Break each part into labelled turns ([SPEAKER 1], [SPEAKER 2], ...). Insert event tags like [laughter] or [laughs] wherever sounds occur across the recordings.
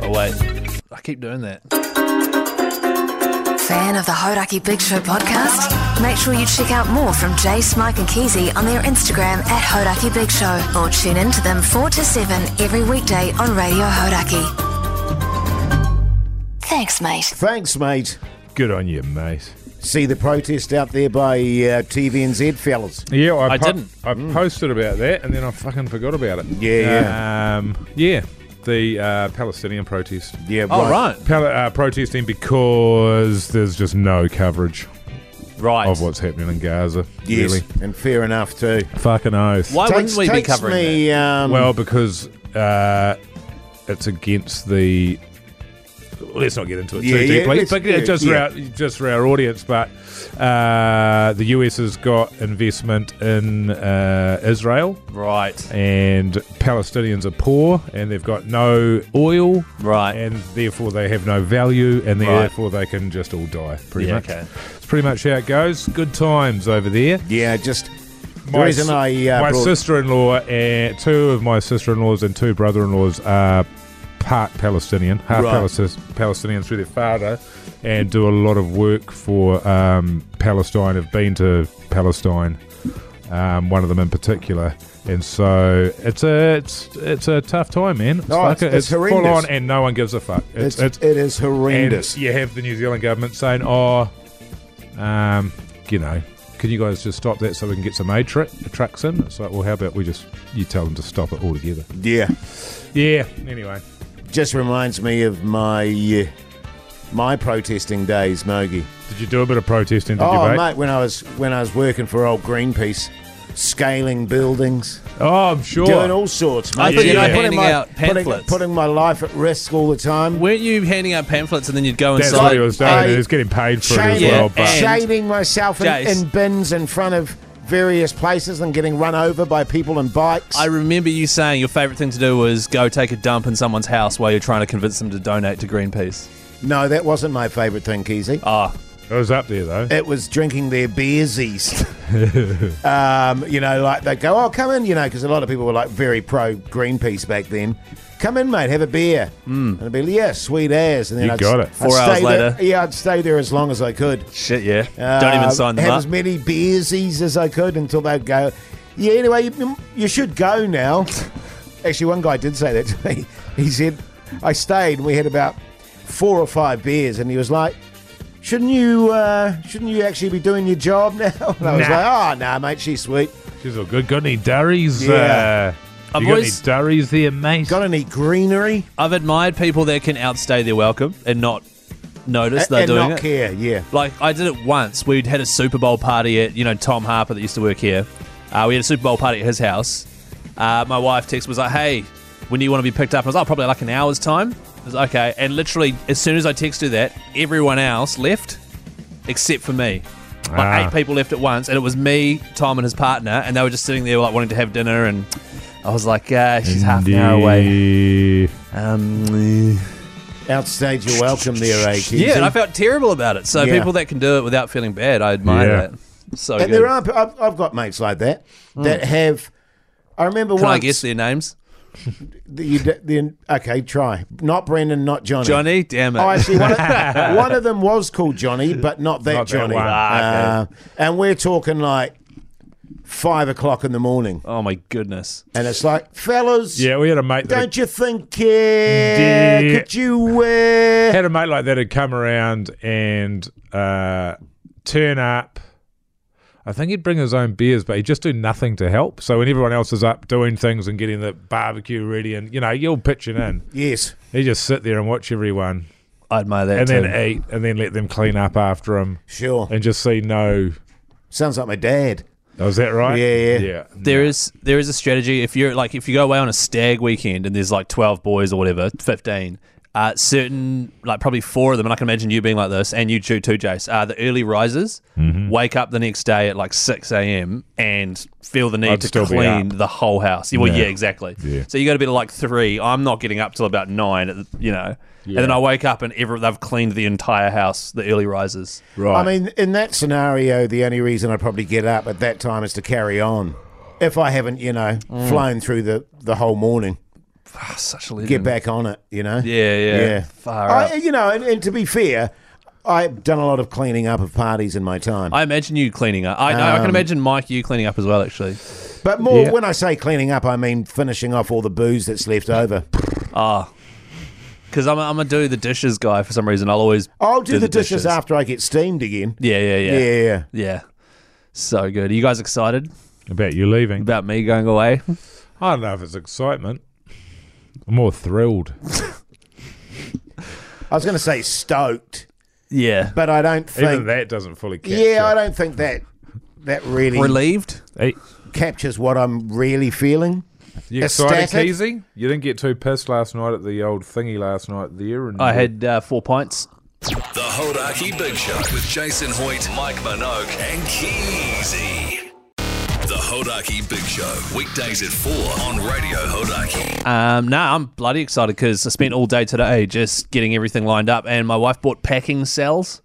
[SPEAKER 1] Oh, wait. I keep doing that.
[SPEAKER 2] Fan of the Hodaki Big Show podcast? Make sure you check out more from Jay, Smike, and Keezy on their Instagram at Hodaki Big Show or tune in to them 4 to 7 every weekday on Radio Hodaki. Thanks, mate.
[SPEAKER 3] Thanks, mate.
[SPEAKER 4] Good on you, mate.
[SPEAKER 3] See the protest out there by uh, TVNZ fellas.
[SPEAKER 4] Yeah, I,
[SPEAKER 1] I
[SPEAKER 4] po-
[SPEAKER 1] didn't.
[SPEAKER 4] I posted about that, and then I fucking forgot about it.
[SPEAKER 3] Mm. Yeah,
[SPEAKER 4] yeah, um, yeah. The uh, Palestinian protest,
[SPEAKER 3] Yeah,
[SPEAKER 1] Oh, right.
[SPEAKER 4] Pal- uh, protesting because there's just no coverage
[SPEAKER 1] Right.
[SPEAKER 4] of what's happening in Gaza.
[SPEAKER 3] Yes,
[SPEAKER 4] Really,
[SPEAKER 3] and fair enough too.
[SPEAKER 4] fucking oath.
[SPEAKER 1] Why
[SPEAKER 3] Takes-
[SPEAKER 1] Oh, wouldn't we be
[SPEAKER 3] takes
[SPEAKER 1] covering that?
[SPEAKER 3] me, Um,
[SPEAKER 4] Well, because uh, it's against the. Let's not get into it
[SPEAKER 3] Yeah,
[SPEAKER 4] too
[SPEAKER 3] yeah,
[SPEAKER 4] deeply,
[SPEAKER 3] let's-
[SPEAKER 4] but yeah,
[SPEAKER 3] yeah,
[SPEAKER 4] just
[SPEAKER 3] yeah.
[SPEAKER 4] for our just for our audience. But uh, the US has got investment in uh, Israel,
[SPEAKER 1] Right.
[SPEAKER 4] and Palestinians are poor, and they've got no oil,
[SPEAKER 1] Right.
[SPEAKER 4] and therefore they have no value, and
[SPEAKER 1] Right.
[SPEAKER 4] therefore they can just all die. Pretty
[SPEAKER 1] Yeah,
[SPEAKER 4] much.
[SPEAKER 1] okay.
[SPEAKER 4] It's pretty much how it goes. Good times over there
[SPEAKER 3] yeah, just the reason I uh,
[SPEAKER 4] my
[SPEAKER 3] brought-
[SPEAKER 4] sister-in-law and two of my sister-in-laws and two brother-in-laws are part Palestinian, half
[SPEAKER 3] Right.
[SPEAKER 4] Palestinian, Palestinian through their father, and do a lot of work for um, Palestine. Have been to Palestine, um, one of them in particular. And so it's a it's it's a tough time, man. It's,
[SPEAKER 3] Oh,
[SPEAKER 4] like
[SPEAKER 3] it's-
[SPEAKER 4] a-
[SPEAKER 3] it's
[SPEAKER 4] it's full
[SPEAKER 3] horrendous.
[SPEAKER 4] on, and no one gives a fuck.
[SPEAKER 3] it's,
[SPEAKER 4] it's,
[SPEAKER 3] it is horrendous.
[SPEAKER 4] and you have the New Zealand government saying, "Oh, um, you know, can you guys just stop that so we can get some aid tr- trucks in?" It's like, well, how about we just you tell them to stop it altogether?
[SPEAKER 3] yeah.
[SPEAKER 4] Yeah. Anyway,
[SPEAKER 3] just reminds me of my uh, my protesting days, Mogi.
[SPEAKER 4] did you do a bit of protesting? Did
[SPEAKER 3] Oh,
[SPEAKER 4] you, mate?
[SPEAKER 3] mate, when I was when I was working for old Greenpeace, scaling buildings,
[SPEAKER 4] Oh, I'm sure.
[SPEAKER 3] doing all sorts, mate.
[SPEAKER 1] I thought
[SPEAKER 4] you were
[SPEAKER 3] putting
[SPEAKER 1] handing
[SPEAKER 3] my,
[SPEAKER 1] out
[SPEAKER 3] putting-
[SPEAKER 1] pamphlets.
[SPEAKER 3] putting my life at risk all the time.
[SPEAKER 1] Weren't you handing out pamphlets and then you'd go
[SPEAKER 4] That's
[SPEAKER 1] inside?
[SPEAKER 4] what he was doing.
[SPEAKER 3] I-
[SPEAKER 4] he was getting paid for it as
[SPEAKER 3] Shaming,
[SPEAKER 1] Yeah,
[SPEAKER 4] well. But
[SPEAKER 1] and-
[SPEAKER 3] shaming myself in,
[SPEAKER 1] Jace.
[SPEAKER 3] in bins in front of various places and getting run over by people and bikes.
[SPEAKER 1] I remember you saying your favourite thing to do was go take a dump in someone's house while you're trying to convince them to donate to Greenpeace.
[SPEAKER 3] no, that wasn't my favourite thing, Keezy.
[SPEAKER 1] Ah,
[SPEAKER 4] it was up there though.
[SPEAKER 3] it was drinking their
[SPEAKER 4] [laughs]
[SPEAKER 3] beersies. um, you know, like they go, oh, come in, you know, because a lot of people were like very pro Greenpeace back then. Come in, mate, have a beer. Mm. And I'd be like, yeah, sweet as. And then
[SPEAKER 4] You
[SPEAKER 3] I'd,
[SPEAKER 4] got it.
[SPEAKER 3] I'd
[SPEAKER 1] Hmm. Four hours
[SPEAKER 3] stay there-
[SPEAKER 1] later.
[SPEAKER 3] yeah, I'd stay there as long as I could.
[SPEAKER 1] shit, yeah. Don't even
[SPEAKER 3] Uh,
[SPEAKER 1] sign them
[SPEAKER 3] Have
[SPEAKER 1] up.
[SPEAKER 3] as many beersies as I could until they'd go, yeah, anyway, you, you should go now. Actually, one guy did say that to me. [laughs] He said, I stayed and we had about four or five beers, and he was like, Shouldn't you, uh, shouldn't you actually be doing your job [laughs] now? And I was like,
[SPEAKER 4] Nah.
[SPEAKER 3] oh, nah, mate, she's sweet.
[SPEAKER 4] She's all good. Got any durries?
[SPEAKER 3] Yeah.
[SPEAKER 4] Uh,
[SPEAKER 1] I've
[SPEAKER 4] you got
[SPEAKER 1] always-
[SPEAKER 4] any durries there, mate?
[SPEAKER 3] Got any greenery?
[SPEAKER 1] I've admired people that can outstay their welcome and not notice
[SPEAKER 3] A-
[SPEAKER 1] they're
[SPEAKER 3] and
[SPEAKER 1] doing
[SPEAKER 3] not
[SPEAKER 1] it.
[SPEAKER 3] care, yeah.
[SPEAKER 1] Like I did it once. We'd had a Super Bowl party at you know Tom Harper that used to work here. Uh, we had a Super Bowl party at his house. Uh, my wife texted was like, "Hey, when do you want to be picked up?" I was like, oh, "Probably like an hour's time." I was like, okay. And literally, as soon as I texted that, everyone else left except for me. Like
[SPEAKER 4] Ah.
[SPEAKER 1] eight people left at once, and it was me, Tom, and his partner, and they were just sitting there like wanting to have dinner, and I was like, uh, "She's half an hour away."
[SPEAKER 4] away.
[SPEAKER 1] Um, eh.
[SPEAKER 3] Outstage your welcome there, eh,
[SPEAKER 1] Yeah,
[SPEAKER 3] Keezy?
[SPEAKER 1] and I felt terrible about it. So
[SPEAKER 3] Yeah.
[SPEAKER 1] people that can do it without feeling bad, I admire
[SPEAKER 4] Yeah.
[SPEAKER 1] that. So
[SPEAKER 3] And
[SPEAKER 1] good.
[SPEAKER 3] there are, I've, I've got mates like that that have, I remember
[SPEAKER 1] Hmm. can
[SPEAKER 3] once.
[SPEAKER 1] I guess their names?
[SPEAKER 3] The- You, d- then okay, try not Brendan, not Johnny.
[SPEAKER 1] Johnny, damn it.
[SPEAKER 3] Oh, actually, one
[SPEAKER 4] [laughs]
[SPEAKER 3] of, one of them was called Johnny, but not that
[SPEAKER 4] Not that
[SPEAKER 3] Johnny.
[SPEAKER 4] one.
[SPEAKER 1] Ah,
[SPEAKER 3] Uh, and we're talking like five o'clock in the morning,
[SPEAKER 1] oh my goodness.
[SPEAKER 3] and it's like, fellas,
[SPEAKER 4] Yeah, we had a mate. That
[SPEAKER 3] don't you think? Yeah,
[SPEAKER 4] Dear-
[SPEAKER 3] could you? Uh,
[SPEAKER 4] had a mate like that who'd come around and uh, turn up. I think he'd bring his own beers, but he'd just do nothing to help. So when everyone else is up doing things and getting the barbecue ready, and you know you're pitching in,
[SPEAKER 3] yes,
[SPEAKER 4] he just sit there and watch everyone,
[SPEAKER 1] I admire that
[SPEAKER 4] and
[SPEAKER 1] too.
[SPEAKER 4] then eat, and then let them clean up after him,
[SPEAKER 3] sure.
[SPEAKER 4] and just see no.
[SPEAKER 3] Sounds like my dad.
[SPEAKER 4] Was that right?
[SPEAKER 3] Yeah, yeah.
[SPEAKER 4] yeah.
[SPEAKER 1] there is there is a strategy if you're like if you go away on a stag weekend and there's like 12 boys or whatever 15 uh, certain like probably four of them and i can imagine you being like this and you too too jace are the early risers
[SPEAKER 4] Mm-hmm.
[SPEAKER 1] wake up the next day at like 6 a.m and feel the need
[SPEAKER 4] I'd
[SPEAKER 1] to
[SPEAKER 4] still be
[SPEAKER 1] clean
[SPEAKER 4] up.
[SPEAKER 1] the whole house well yeah,
[SPEAKER 4] Yeah.
[SPEAKER 1] exactly
[SPEAKER 4] Yeah.
[SPEAKER 1] so you go to bed at like three i'm not getting up till about nine at the, you know and then
[SPEAKER 4] Yeah.
[SPEAKER 1] i wake up and every, they've cleaned the entire house the early risers
[SPEAKER 4] Right.
[SPEAKER 3] I mean, in that scenario, the only reason I'd probably get up at
[SPEAKER 4] Mm.
[SPEAKER 3] that time is to carry on, if I haven't, you know, flown through the the whole morning.
[SPEAKER 1] ah, such a legend.
[SPEAKER 4] Mm.
[SPEAKER 3] get back on it, you know?
[SPEAKER 1] Yeah, yeah. Far
[SPEAKER 3] I,
[SPEAKER 1] out.
[SPEAKER 3] you know, and, and to be fair, I've done a lot of cleaning up of parties in my time.
[SPEAKER 1] I imagine you cleaning up. I know. I can imagine Mike you cleaning up as well. Actually.
[SPEAKER 3] but more,
[SPEAKER 4] Yeah.
[SPEAKER 3] when I say cleaning up, I mean finishing off all the booze that's left over.
[SPEAKER 1] Ah. Because I'm, a- I'm a do the dishes guy for some reason. I'll always.
[SPEAKER 3] I'll do, the, dishes, after I get steamed again.
[SPEAKER 1] Yeah, yeah, yeah,
[SPEAKER 3] Yeah, yeah, yeah.
[SPEAKER 1] Yeah. So good. Are you guys excited
[SPEAKER 4] About you leaving.
[SPEAKER 1] about me going away?
[SPEAKER 4] I don't know if it's excitement. I'm more thrilled.
[SPEAKER 3] I was going to say stoked,
[SPEAKER 1] Yeah.
[SPEAKER 3] but I don't
[SPEAKER 4] Even
[SPEAKER 3] think.
[SPEAKER 4] that doesn't fully capture.
[SPEAKER 3] yeah, I don't think that that really
[SPEAKER 1] Relieved?
[SPEAKER 4] Hey,
[SPEAKER 3] captures what I'm really feeling.
[SPEAKER 4] you excited,
[SPEAKER 3] Ecstatic?
[SPEAKER 4] Keezy? You didn't get too pissed last night at the old thingy last night there. And
[SPEAKER 1] I had uh, four pints.
[SPEAKER 5] The Hodaki Big Show with Jason Hoyt, Mike Minogue, and Keezy. The Hodaki Big Show, weekdays at 4 on Radio Hodaki.
[SPEAKER 1] Um, nah, I'm bloody excited because I spent all day today just getting everything lined up, and my wife bought packing cells.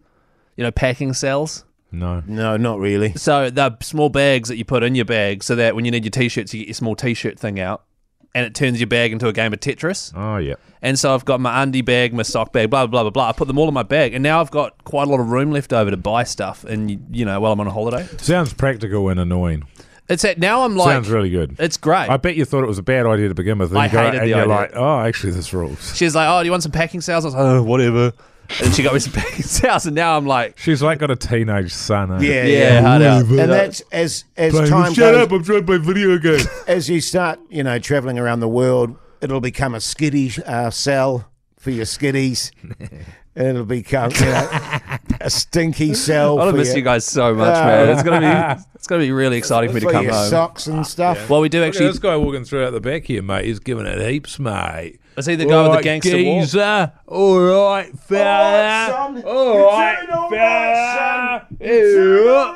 [SPEAKER 1] You know, packing cells.
[SPEAKER 4] no.
[SPEAKER 3] No, not really.
[SPEAKER 1] So the small bags that you put in your bag, so that when you need your t-shirts, you get your small t-shirt thing out, and it turns your bag into a game of Tetris.
[SPEAKER 4] Oh yeah.
[SPEAKER 1] And so I've got my undie bag, my sock bag, blah blah blah blah. I put them all in my bag, and now I've got quite a lot of room left over to buy stuff. And you know, while I'm on a holiday,
[SPEAKER 4] Sounds practical and annoying.
[SPEAKER 1] it's at now I'm like,
[SPEAKER 4] Sounds really good.
[SPEAKER 1] it's great.
[SPEAKER 4] I bet you thought it was a bad idea to begin with. and
[SPEAKER 1] I
[SPEAKER 4] you go-
[SPEAKER 1] hated
[SPEAKER 4] and
[SPEAKER 1] the
[SPEAKER 4] you're
[SPEAKER 1] idea.
[SPEAKER 4] like, oh, actually, this rules.
[SPEAKER 1] She's like, "Oh, do you want some packing sales?" I was like, "Oh, whatever." And she got me some [laughs] packing sales, and now I'm like,
[SPEAKER 4] She's like got a teenage son. eh?
[SPEAKER 3] Yeah, yeah.
[SPEAKER 1] "Yeah, hard out."
[SPEAKER 3] And that's as as
[SPEAKER 4] Like,
[SPEAKER 3] time
[SPEAKER 4] Shut
[SPEAKER 3] goes,
[SPEAKER 4] up! I'm trying to play video game.
[SPEAKER 3] as you start, you know, traveling around the world, it'll become a skiddy uh, cell for your
[SPEAKER 4] [laughs]
[SPEAKER 3] skiddies. it'll become you know, a stinky cell.
[SPEAKER 1] I
[SPEAKER 3] for
[SPEAKER 1] miss
[SPEAKER 3] your,
[SPEAKER 1] you guys so much, man. It's gonna be, it's gonna be really exciting for me to
[SPEAKER 3] for
[SPEAKER 1] come
[SPEAKER 3] your
[SPEAKER 1] home.
[SPEAKER 3] socks
[SPEAKER 4] Ah,
[SPEAKER 3] and stuff.
[SPEAKER 1] Well, we do
[SPEAKER 4] Look at
[SPEAKER 1] actually.
[SPEAKER 4] this guy walking through out the back here, mate. He's giving it heaps, mate.
[SPEAKER 1] Is he the guy with the gangster walk?
[SPEAKER 4] geezer. All right,
[SPEAKER 3] son.
[SPEAKER 4] fella.
[SPEAKER 3] You're doing all right, son. You're doing all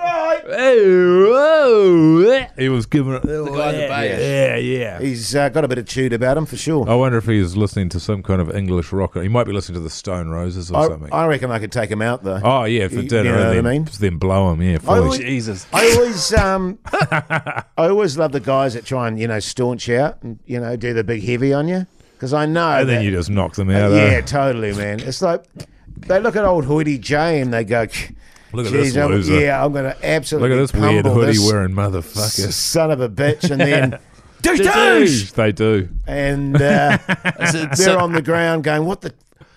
[SPEAKER 3] right.
[SPEAKER 4] fella. He was giving it. The
[SPEAKER 1] guy in the beige.
[SPEAKER 4] Yeah, yeah.
[SPEAKER 3] He's uh, got a bit of chewed about him for sure.
[SPEAKER 4] I wonder if he's listening to some kind of English rocker. He might be listening to the Stone Roses or something.
[SPEAKER 3] I, I reckon I could take him out though.
[SPEAKER 4] oh yeah,
[SPEAKER 3] You-
[SPEAKER 4] for
[SPEAKER 3] you
[SPEAKER 4] dinner.
[SPEAKER 3] know what I
[SPEAKER 4] and then,
[SPEAKER 3] mean?
[SPEAKER 4] then blow him. Yeah,
[SPEAKER 3] I
[SPEAKER 4] fully.
[SPEAKER 3] would-
[SPEAKER 1] Jesus.
[SPEAKER 3] I always,
[SPEAKER 4] [laughs]
[SPEAKER 3] um, I always love the guys that try and you know staunch out and you know do the big heavy on you because I know
[SPEAKER 4] and
[SPEAKER 3] that-
[SPEAKER 4] then you just knock them out. eh?
[SPEAKER 3] Yeah, totally, man. It's like they look at old Hoity J and they go,
[SPEAKER 4] Look at
[SPEAKER 3] "Geez,
[SPEAKER 4] this
[SPEAKER 3] I'm-
[SPEAKER 4] loser.
[SPEAKER 3] Yeah, I'm going to absolutely
[SPEAKER 4] Look at this weird
[SPEAKER 3] pummel
[SPEAKER 4] hoodie
[SPEAKER 3] this
[SPEAKER 4] wearing motherfucker.
[SPEAKER 3] son of a bitch," and
[SPEAKER 4] [laughs]
[SPEAKER 3] then douche, douche!
[SPEAKER 4] They do.
[SPEAKER 3] and
[SPEAKER 4] [laughs]
[SPEAKER 3] uh,
[SPEAKER 1] Is it-
[SPEAKER 3] they're
[SPEAKER 1] so-
[SPEAKER 3] on the ground going, "What the,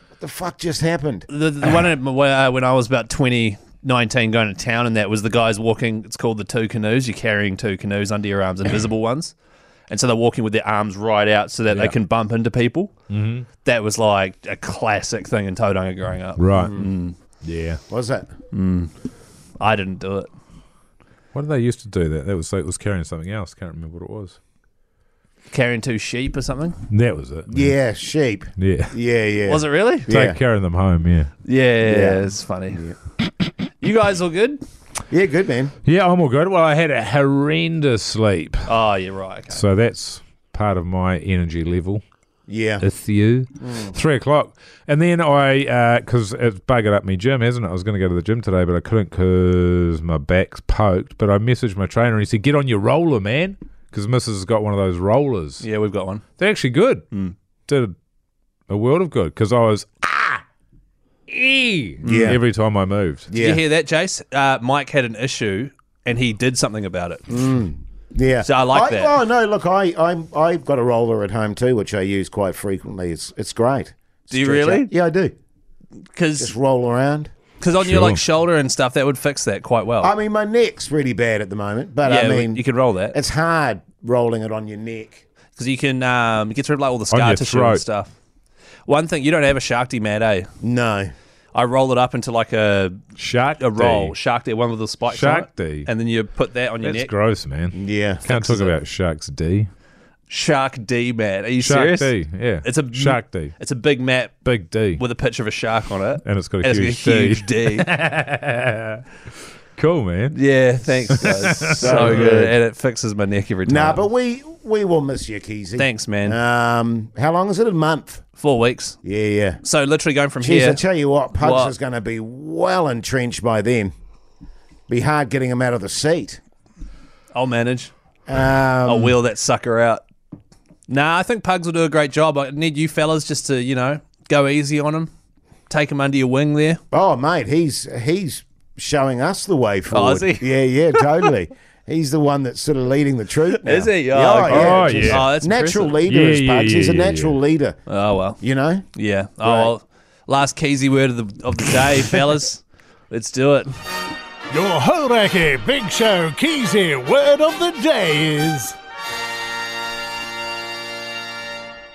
[SPEAKER 3] what the fuck just happened?"
[SPEAKER 1] the, the one at- when I- when I was about 20, 19 going to town, and that was the guys walking. It's called the two canoes. You're carrying two canoes under your arms,
[SPEAKER 3] [clears throat]
[SPEAKER 1] invisible ones, and so they're walking with their arms right out so that they
[SPEAKER 4] Yeah.
[SPEAKER 1] can bump into people. Mm-hmm. That was like a classic thing in Tauranga growing up.
[SPEAKER 4] Right.
[SPEAKER 3] Mm-hmm.
[SPEAKER 4] Mm. Yeah.
[SPEAKER 3] What was that?
[SPEAKER 1] I didn't do it.
[SPEAKER 4] What did they used to do that? That was so it was carrying something else. Can't remember what it was.
[SPEAKER 1] Carrying two sheep or something.
[SPEAKER 4] That was it.
[SPEAKER 3] Yeah, sheep. [laughs]
[SPEAKER 4] Yeah.
[SPEAKER 3] Yeah, yeah.
[SPEAKER 1] Was it really?
[SPEAKER 4] Take
[SPEAKER 3] Yeah.
[SPEAKER 4] carrying them home, yeah.
[SPEAKER 1] Yeah,
[SPEAKER 3] Yeah.
[SPEAKER 1] it's funny. you guys all good?
[SPEAKER 3] Yeah, good man.
[SPEAKER 4] Yeah, I'm all good. Well, I had a horrendous sleep.
[SPEAKER 1] Oh, you're right. Okay.
[SPEAKER 4] So that's part of my energy level.
[SPEAKER 3] Yeah,
[SPEAKER 4] It's you.
[SPEAKER 3] Mm.
[SPEAKER 4] Three o'clock. And then I, because it's buggered up my gym, hasn't it? I was going to go to the gym today, but I couldn't because my back's poked. But I messaged my trainer and he said, get on your roller, man. Because Mrs. has got one of those rollers.
[SPEAKER 1] Yeah, we've got one.
[SPEAKER 4] They're actually good.
[SPEAKER 3] Hmm.
[SPEAKER 4] Did a world of good because I was ah e
[SPEAKER 3] Yeah.
[SPEAKER 4] every time I moved.
[SPEAKER 1] Did
[SPEAKER 3] yeah,
[SPEAKER 1] you hear that, Jace? Uh, Mike had an issue and he did something about it.
[SPEAKER 3] Mm. yeah.
[SPEAKER 1] So I like that.
[SPEAKER 3] Oh no, look, I, I'm, I've got a roller at home too, which I use quite frequently. It's, it's great.
[SPEAKER 1] Do you
[SPEAKER 3] Stretch
[SPEAKER 1] really?
[SPEAKER 3] out. Yeah, I do.
[SPEAKER 1] Because
[SPEAKER 3] Just roll around.
[SPEAKER 1] on your like
[SPEAKER 4] Sure.
[SPEAKER 1] shoulder and stuff, that would fix that quite well.
[SPEAKER 3] I mean, my neck's really bad at the moment, but
[SPEAKER 1] yeah,
[SPEAKER 3] I mean,
[SPEAKER 1] you can roll that
[SPEAKER 3] it's hard rolling it on your neck.
[SPEAKER 1] because you can um, get rid of like all the scar
[SPEAKER 4] your
[SPEAKER 1] tissue and
[SPEAKER 4] throat.
[SPEAKER 1] stuff. One thing you don't have a shark D mat, eh?
[SPEAKER 3] No.
[SPEAKER 1] I roll it up into like a
[SPEAKER 4] Shark
[SPEAKER 1] a
[SPEAKER 4] D.
[SPEAKER 1] roll shark D, one with the spikes.
[SPEAKER 4] Shark
[SPEAKER 1] on it,
[SPEAKER 4] D.
[SPEAKER 1] and then you put that on your
[SPEAKER 4] That's
[SPEAKER 1] neck.
[SPEAKER 4] gross, man.
[SPEAKER 3] Yeah.
[SPEAKER 4] Can't talk
[SPEAKER 1] it.
[SPEAKER 4] about sharks D.
[SPEAKER 1] Shark D mat. Are you
[SPEAKER 4] Shark
[SPEAKER 1] serious?
[SPEAKER 4] D. Yeah,
[SPEAKER 1] It's a
[SPEAKER 4] shark D.
[SPEAKER 1] It's a big mat
[SPEAKER 4] Big D.
[SPEAKER 1] with a picture of a shark on it.
[SPEAKER 4] And it's got a
[SPEAKER 1] And
[SPEAKER 4] huge
[SPEAKER 1] got a
[SPEAKER 4] D.
[SPEAKER 1] huge D.
[SPEAKER 4] [laughs] cool, man.
[SPEAKER 1] yeah, thanks, guys. so, good.
[SPEAKER 3] good.
[SPEAKER 1] And it fixes my neck every time.
[SPEAKER 3] Nah, but we we will miss you, Keezy.
[SPEAKER 1] Thanks, man.
[SPEAKER 3] Um, how long is it? A month.
[SPEAKER 1] Four weeks.
[SPEAKER 3] Yeah, yeah.
[SPEAKER 1] So literally going from
[SPEAKER 3] Jeez, I
[SPEAKER 1] here.
[SPEAKER 3] tell you what, Pugs
[SPEAKER 1] What?
[SPEAKER 3] is going to be well entrenched by then. Be hard getting him out of the seat.
[SPEAKER 1] I'll manage.
[SPEAKER 3] Um,
[SPEAKER 1] Oh. I'll wheel that sucker out. Nah, I think Pugs will do a great job. I need you fellas just to, you know, go easy on him. Take him under your wing there.
[SPEAKER 3] Oh, mate, he's he's showing us the way forward.
[SPEAKER 1] Oh, is he?
[SPEAKER 3] Yeah,
[SPEAKER 1] [laughs]
[SPEAKER 3] yeah, totally. he's the one that's sort of leading the troop now.
[SPEAKER 1] Is he? Oh,
[SPEAKER 3] yeah,
[SPEAKER 1] okay.
[SPEAKER 3] yeah,
[SPEAKER 4] Oh,
[SPEAKER 3] just
[SPEAKER 4] yeah.
[SPEAKER 1] Oh, that's
[SPEAKER 3] natural
[SPEAKER 1] impressive.
[SPEAKER 3] leader
[SPEAKER 4] Yeah,
[SPEAKER 3] is
[SPEAKER 4] yeah,
[SPEAKER 3] Bugs. he's
[SPEAKER 4] yeah,
[SPEAKER 3] a
[SPEAKER 4] yeah,
[SPEAKER 3] natural leader.
[SPEAKER 1] Oh, well.
[SPEAKER 3] You know?
[SPEAKER 1] Yeah. Oh, well. Last Keezy word of the, of the
[SPEAKER 3] [laughs]
[SPEAKER 1] day, fellas. Let's do it.
[SPEAKER 6] Your Horaki Big Show Keezy word of the day is.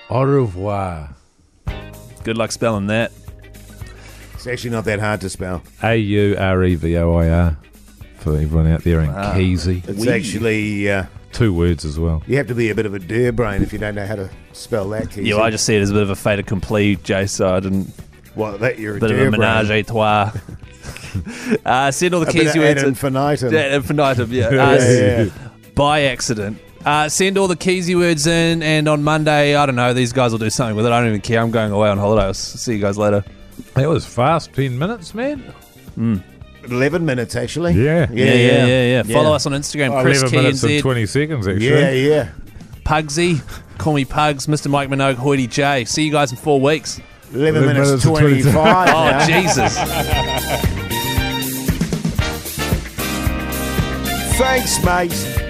[SPEAKER 4] Au revoir.
[SPEAKER 1] Good luck spelling that.
[SPEAKER 3] It's actually not that hard to spell.
[SPEAKER 4] A U R E V O I R. For everyone out there in Keezy.
[SPEAKER 3] It's actually uh,
[SPEAKER 4] Two words as well.
[SPEAKER 3] you have to be a bit of a deer brain if you don't know how to spell that. Keezy.
[SPEAKER 1] Yeah, well, I just see it as a bit of a fait accompli, Jay, so I didn't.
[SPEAKER 3] well, that you're a
[SPEAKER 1] Bit of
[SPEAKER 3] deer
[SPEAKER 1] a menage
[SPEAKER 3] brain.
[SPEAKER 1] a
[SPEAKER 3] [laughs]
[SPEAKER 1] trois. uh, send all the
[SPEAKER 3] A bit
[SPEAKER 1] Keezy
[SPEAKER 3] of ad
[SPEAKER 1] words.
[SPEAKER 3] infinitum.
[SPEAKER 1] Yeah, infinitum, yeah. Uh,
[SPEAKER 3] [laughs] Yeah, yeah.
[SPEAKER 1] by accident. Uh, send all the Keezy words in, and on Monday, I don't know, these guys will do something with it. I don't even care. I'm going away on holidays. See you guys later.
[SPEAKER 4] That was fast. 10 minutes, man.
[SPEAKER 3] 11 minutes actually.
[SPEAKER 4] Yeah.
[SPEAKER 3] Yeah, yeah.
[SPEAKER 1] yeah. Follow us on Instagram, Chris
[SPEAKER 4] 11 minutes and
[SPEAKER 1] KNZ,
[SPEAKER 4] 20 seconds, actually.
[SPEAKER 3] Yeah, yeah.
[SPEAKER 1] Pugsy, call me Pugs, Mr. Mike Minogue, Hoity J. See you guys in four weeks.
[SPEAKER 3] 11
[SPEAKER 4] 11
[SPEAKER 3] minutes
[SPEAKER 4] minutes and 20.
[SPEAKER 3] 25.
[SPEAKER 1] Oh,
[SPEAKER 3] now.
[SPEAKER 1] Jesus.
[SPEAKER 3] Thanks, mate.